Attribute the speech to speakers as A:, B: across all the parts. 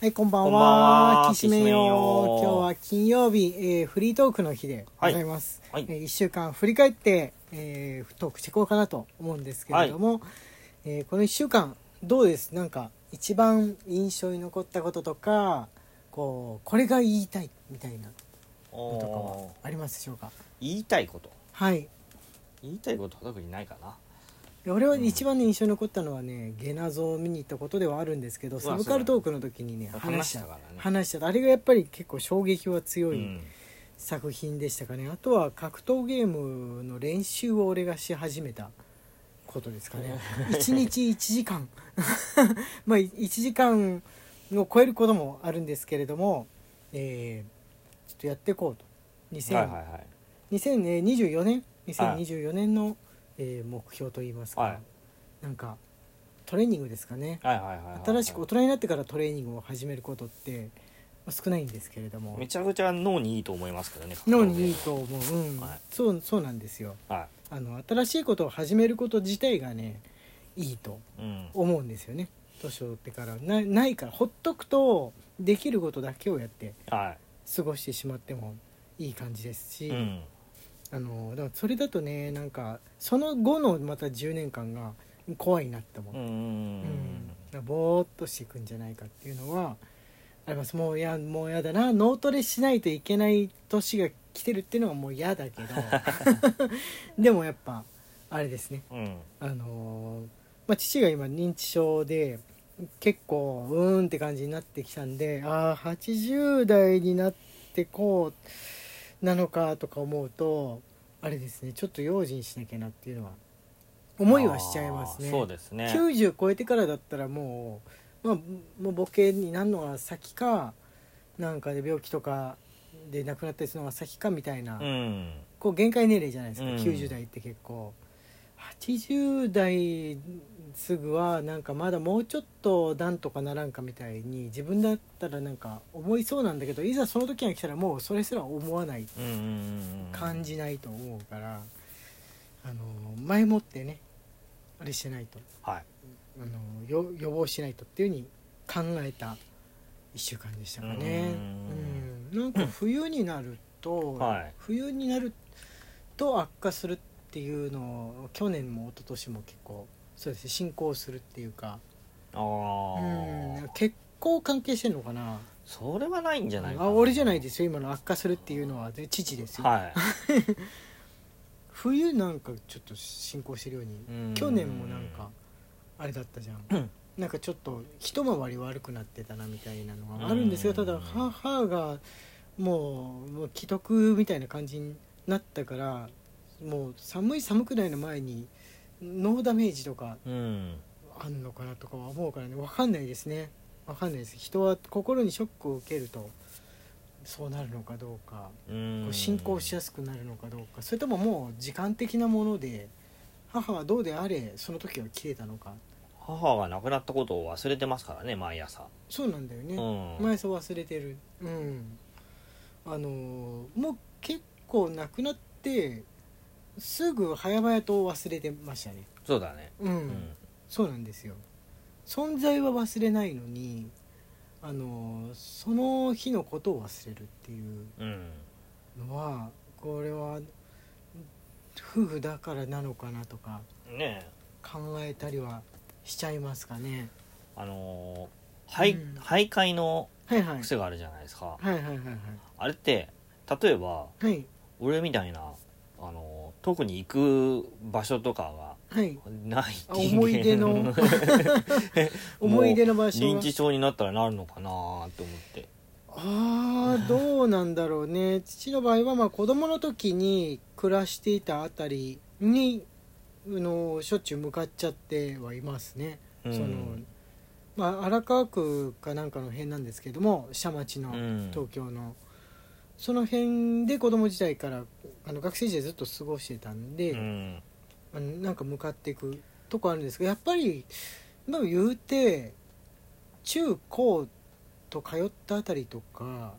A: はい、こんばんは。
B: こんばんは
A: きしめん
B: きしめん
A: よ
B: よ。
A: 今日は金曜日、えーフリートークの日でございます。
B: はいはい
A: えー一週間振り返って、えートークしていこうかなと思うんですけれども、えーこの一週間、どうですなんか、一番印象に残ったこととか、こう、これが言いたいみたいなのとかはありますでしょうか
B: 言いたいこと
A: はい。
B: 言いたいことは特にないかな
A: で俺は一番ね印象に残ったのはねゲナゾを見に行ったことではあるんですけ
B: う
A: ど
B: わ
A: サブカルトークの時にね
B: そうだね
A: 話
B: 話した
A: し
B: たからね
A: 話したあれがやっぱり結構衝撃は強
B: う
A: い
B: ん
A: 作品でしたかね、あとは格闘ゲームの練習を俺がし始めたことですかね一日1時間 まあ1時間を超えることもあるんですけれども、えーちょっとやっていこうと2000、
B: はいはいはい
A: 2024年2024年の、えー目標といいますか、
B: はい
A: なんかトレーニングですかね
B: はいはいはいはい
A: 新しく大人になってからトレーニングを始めることってまあ少ないんですけれども
B: めちゃくちゃ脳にいいと思いますけどね
A: 脳にいいと思う、うん
B: はい
A: そうそうなんですよ
B: は
A: あの新しいことを始めること自体がねいいと
B: いうん
A: 思うんですよね年を取ってからなないからほっとくとできることだけをやって
B: は
A: 過ごしてしまってもいい感じですし、
B: いうん
A: あのだからそれだとねなんかその後のまた10年間が怖いなって思う、
B: う
A: うん
B: ん
A: だからぼーっとしていくんじゃないかっていうのはありますもういやもうやだな脳トレしないといけない年が来てるっていうのはもう嫌だ けどでもやっぱあれですね
B: うん
A: あのーまあ、父が今認知症で結構うーんって感じになってきたんでああ80代になってこうなのかとか思うとあれですねちょっと用心しなきゃなっていうのは思いはしちゃいますね
B: あーそうですね
A: 90超えてからだったらもう、まあ、もうボケになるのが先かなんかで病気とかで亡くなったりするのが先かみたいな、
B: うん
A: こう限界年齢じゃないですか、
B: うん
A: 90代って結構80代すぐはなんかまだもうちょっとなんとかならんかみたいに自分だったらなんか思いそうなんだけどいざその時が来たらもうそれすら思わない
B: うんうんうんうん
A: 感じないと思うから、あの前もってねあれしてないと
B: はい
A: あのよ予防しないとっていうふうに考えた1週間でしたかね。うんなんか冬になると、
B: はい
A: 冬になると悪化するっていうのを去年も一昨年も結構そうですね進行するっていうか
B: あ
A: うん
B: あ
A: 血行関係してんのかな
B: それはないんじゃないか
A: あ俺じゃない
B: す
A: ですよ今の悪化するっていうのはで父ですよ、
B: は
A: 冬なんかちょっと進行してるように
B: いうん
A: 去年もなんかあれだったじゃん、なんかちょっと一回り悪くなってたなみたいなのがあるんですが
B: うん
A: ただ母がもうもう既得みたいな感じになったからもう寒い寒くないの前にノーダメージとか
B: うん
A: あんのかなとかは思うからね分かんないですね分かんないです人は心にショックを受けるとそうなるのかどうか
B: うん
A: 進行しやすくなるのかどうかそれとももう時間的なもので母はどうであれその時は切れたのか
B: 母が亡くなったことを忘れてますからね毎朝
A: そうなんだよね、
B: うん
A: 前そう忘れてるうんあのーもう結構なくなってすぐ早々と忘れてましたね
B: そうだね
A: うん、
B: うん
A: そうなんですよ存在は忘れないのにあのーその日のことを忘れるっていう
B: うん
A: のはこれは夫婦だからなのかなとか
B: ねえ
A: 考えたりはしちゃいますかね
B: あのーはい
A: うん
B: 徘徊の
A: はいはい
B: 癖があるじゃないですか、
A: はいはいはいはい
B: あれって例えば
A: はい
B: 俺みたいな、あのー特に行く場所とか
A: はい
B: がない
A: あ思い出の 思い出の場所
B: 認
A: が
B: 知症になったらなるのかなーって思って
A: ああどうなんだろうね父の場合はまあ子供の時に暮らしていたあたりにあのしょっちゅう向かっちゃってはいますね、
B: うん
A: そのまあ荒川区かなんかの辺なんですけども下町の
B: うん
A: 東京のその辺で子供時代からあの学生時代ずっと過ごしてたんで、
B: うん
A: あのなんか向かっていくとこあるんですけどやっぱりでも言うて中高と通ったあたりとか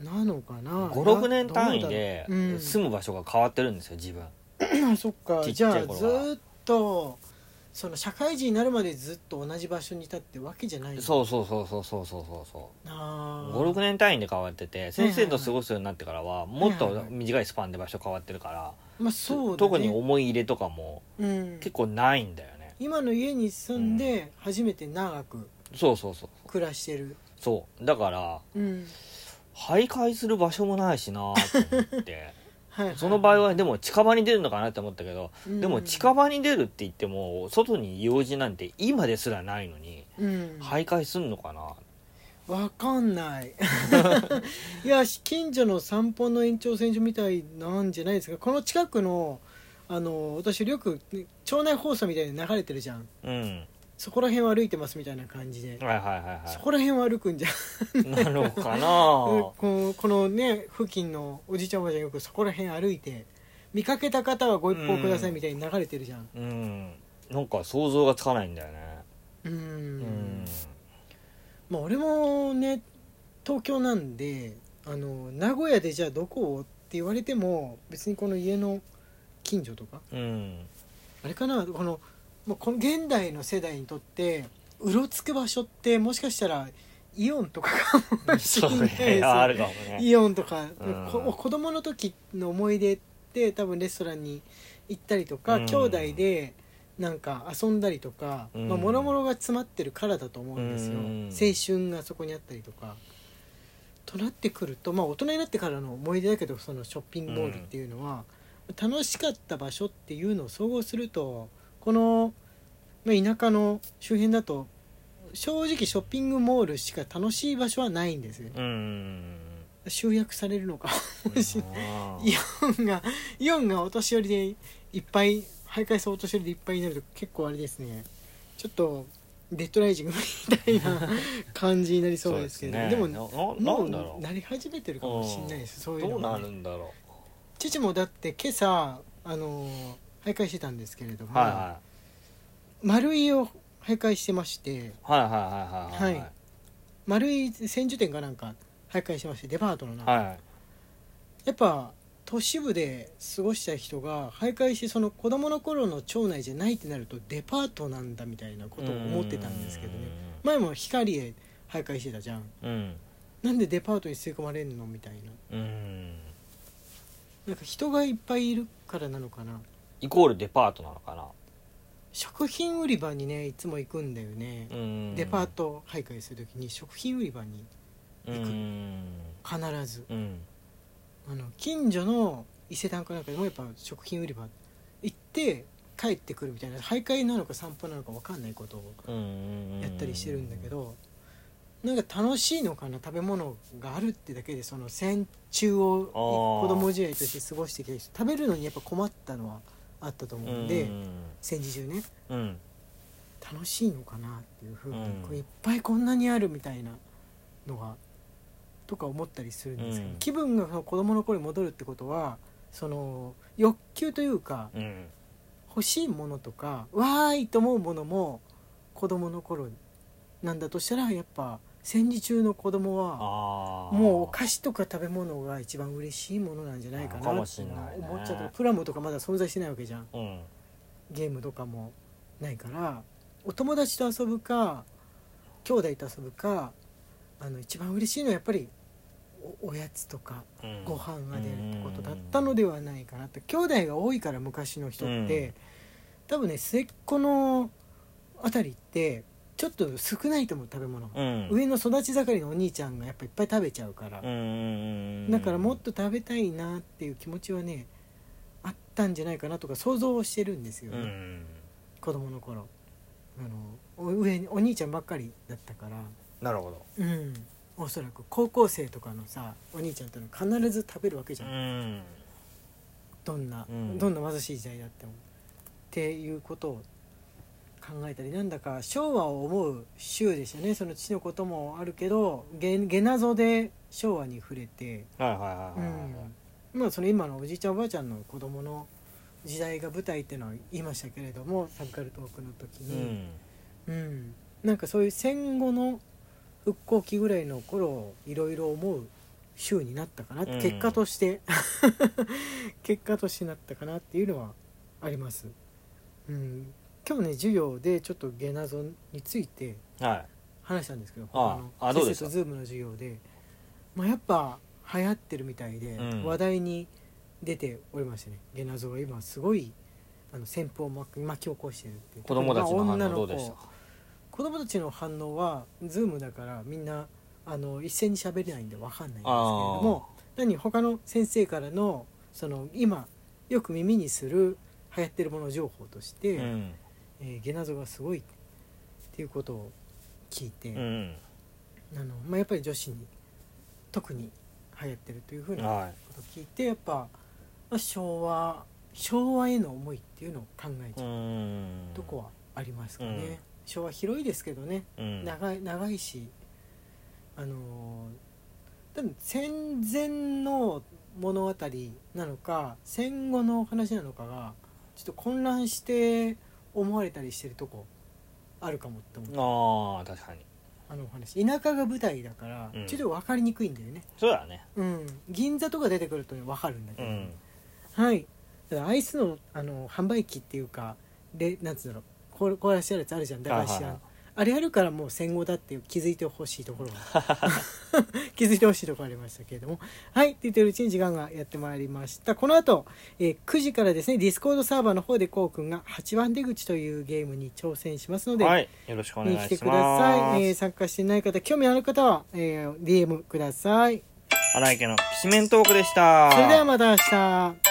A: なのかな
B: 56年
A: な
B: 単位で
A: どうだろううん
B: 住む場所が変わってるんですよ自分
A: あそっか
B: ちっち
A: じゃ
B: ゃ
A: あ
B: い頃は
A: ずっとその社会人になるまでずっと同じ場所にいたってわけじゃない
B: そうそうそうそうそうそうそうそう
A: あー
B: 56年単位で変わってて先生と過ごすようになってからはもっ
A: はいはい
B: と
A: はい
B: 短いスパンで場所変わってるから、
A: まあそうだ、ね、
B: 特に思い入れとかも
A: うん、
B: 結構ないんだよね
A: 今の家に住んで初めて長く
B: そうそうそう
A: 暮らしてる、
B: そうだから
A: うん
B: 徘徊する場所もないしなと思って
A: はいはい、
B: その場合はでも近場に出るのかなって思ったけど
A: うん、
B: でも近場に出るって言っても外に用事なんて今ですらないのに
A: うん、
B: 徘徊すんのかな
A: わかんない いや近所の散歩の延長線上みたいなんじゃないですかこの近くのあの私よく町内放送みたいに流れてるじゃん
B: うん
A: そこら辺を歩いてますみたいな感じで、
B: はいはい
A: そ
B: は
A: こら辺を歩くんじゃん
B: いはいなのか
A: こ
B: な
A: のこのね付近のおじいちゃんおばあちゃんよくそこら辺歩いて見かけた方はご一報くださいみたいに流れてるじゃん
B: うんなんか想像がつかないんだよね
A: うん
B: うん
A: まあ俺もね東京なんであの名古屋でじゃあどこをって言われても別にこの家の近所とか
B: うん
A: あれかなこのもうこの現代の世代にとってうろつく場所ってもしかしたらイオンとかかもし
B: そ
A: れ
B: う
A: ないです
B: ね
A: よ
B: あるかもね
A: イオンとか、
B: うん
A: こ子供の時の思い出って多分レストランに行ったりとか、
B: うん
A: 兄弟でなんか遊んだりとか、
B: うん
A: まあ、諸々が詰まってるからだと思うんですよ、
B: うん
A: 青春がそこにあったりとか。となってくると、まあ、大人になってからの思い出だけどそのショッピングモールっていうのは、楽しかった場所っていうのを総合するとこの、まあ、田舎の周辺だと正直ショッピングモールしか楽しい場所はないんですよね
B: うん
A: 集約されるのかもしれない
B: あー
A: いやがイオンがお年寄りでいっぱい徘徊するお年寄りでいっぱいになると結構あれですねちょっとデッドライジングみたい な感じになりそうですけどで,、
B: ね
A: も
B: なな
A: も
B: なんだろ
A: うなり始めてるかもしれないですそう
B: う
A: い
B: ど
A: うの
B: うな
A: が
B: るんだろ
A: 父もだって今朝あのー徘徊してたんですけれど
B: う
A: も、
B: はいは
A: 丸井を徘徊してまして
B: いはいはいはいはい
A: はい丸井千住店かなんか徘徊してましてデパートの中
B: はいはい
A: やっぱ都市部で過ごした人が徘徊してその子供の頃の町内じゃないってなるとデパートなんだみたいなことを思ってたんですけどね前も光へ徘徊してたじゃん
B: うん
A: なんでデパートに吸い込まれるのみたいな
B: うん
A: なんか人がいっぱいいるからなのかな
B: イコールデパートなのか
A: 食品売り場にねいつも行くんだよね
B: な、うん
A: デパート徘徊する時に食品売り場に
B: うん
A: 必ず
B: うん
A: あの近所の伊勢丹かなんかでもやっぱ食品売り場行って帰ってくるみたいな徘徊なのか散歩なのか分かんないことを
B: うん
A: やったりしてるんだけどなんか楽しいのかな食べ物があるってだけでその戦中を
B: あー
A: 子供時代として過ごしてきた人食べるのにやっぱ困ったのはあったと思うんで戦時中ね
B: うん
A: 楽しいのかなっていうふうに、
B: うん
A: こういっぱいこんなにあるみたいなのがとか思ったりするんですけど、
B: うん
A: 気分がその子供の頃に戻るってことはその欲求というか
B: うん
A: 欲しいものとかわーいと思うものも子供の頃なんだとしたらやっぱ戦時中の子供は
B: ああ
A: もうお菓子とか食べ物が一番嬉しいものなんじゃないかな
B: か
A: っ
B: も
A: て
B: し
A: い
B: ん
A: うのは
B: ないね
A: 思っちゃったプラモとかまだ存在してないわけじゃん
B: うん
A: ゲームとかもないからお友達と遊ぶか兄弟と遊ぶかあの一番嬉しいのはやっぱりおおやつとか
B: うん
A: ご飯が出るってことだったのではないかなって兄弟が多いから昔の人って、
B: うん
A: 多分ね末っ子のあたりってちょっと少ないと思う食べ物が、
B: うん
A: 上の育ち盛りのお兄ちゃんがやっぱいっぱい食べちゃうから、
B: うんうんうん
A: だからもっと食べたいなっていう気持ちはねあったんじゃないかなとか想像をしてるんですよ
B: う
A: ね、
B: ん
A: 子供の頃あのお上にお兄ちゃんばっかりだったから
B: なるほど
A: うんおそらく高校生とかのさお兄ちゃんってのは必ず食べるわけじ
B: う
A: ゃん、
B: ん
A: どんな、
B: うん
A: どんな貧しい時代だってもっていうことを考えたりなんだか昭和を思う週でしたねその父のこともあるけどげげなぞで昭和に触れて、
B: はいはいはいはいはい
A: うんまあその今のおじいちゃんおばあちゃんの子供の時代が舞台っていうのは言いましたけれどもサブカルトークの時
B: う
A: に。
B: ん
A: うん、なんかそういう戦後の復興期ぐらいの頃をいろいろ思う週になったかなって、
B: うん
A: 結果として 結果としてなったかなっていうのはあります、うん、今日ね授業でちょっとゲナゾンについて
B: はい
A: 話したんですけど
B: あああどうでし
A: 先生
B: た
A: とズームの授業で、まあ、やっぱ流行ってるみたいで、
B: うん
A: 話題に出ておりましたねゲナゾンは今すごいあの旋風を巻き巻き起こしてるっていう
B: 子供たちの
A: まあ
B: 反
A: 女
B: 応どうで
A: 子
B: した
A: 子供たちの反応はズームだからみんなあの一斉に喋れないんでわかんないんですけれども何他の先生からのその今よく耳にする流行ってるもの情報として、
B: うん
A: えーゲナゾがすごいっていうことを聞いて、
B: うん
A: あのまあ、やっぱり女子に特に流行ってるというふうなこ
B: は
A: とを聞いてやっぱ、まあ、昭和昭和への思いっていうのを考え
B: い
A: ち
B: う
A: ゃう
B: ーん
A: とこはありますかね、
B: うん
A: 昭和広いですけどね
B: うん
A: 長い長いしあのー多分戦前の物語なのか戦後の話なのかがちょっと混乱して思われたりしてるとこあるかもって思った
B: ああ確かに
A: あのお話田舎が舞台だから
B: うん
A: ちょっと分かりにくいんだよね、
B: そうだね
A: うん銀座とか出てくると分かるんだけ
B: う
A: ど、
B: ん
A: はいだからアイスのあの販売機っていうかでなんつうんだろうこ凍らしてあるやつあるじゃん駄菓子
B: はいはい
A: 屋
B: はい
A: あれやるからもう戦後だっていう気づいてほしいところ が気づいてほしいところありましたけれどもはいって言ってるうちに時間がやってまいりましたこの後、えー9時からですねディスコードサーバーの方でこうくんが8番出口というゲームに挑戦しますので、
B: はいよろしくお願い
A: 見に来て
B: し
A: くださ
B: ま
A: い、えー
B: す
A: 参加してない方興味ある方は、えー DM ください
B: 荒井家のきしめんトークでした
A: それではまた明日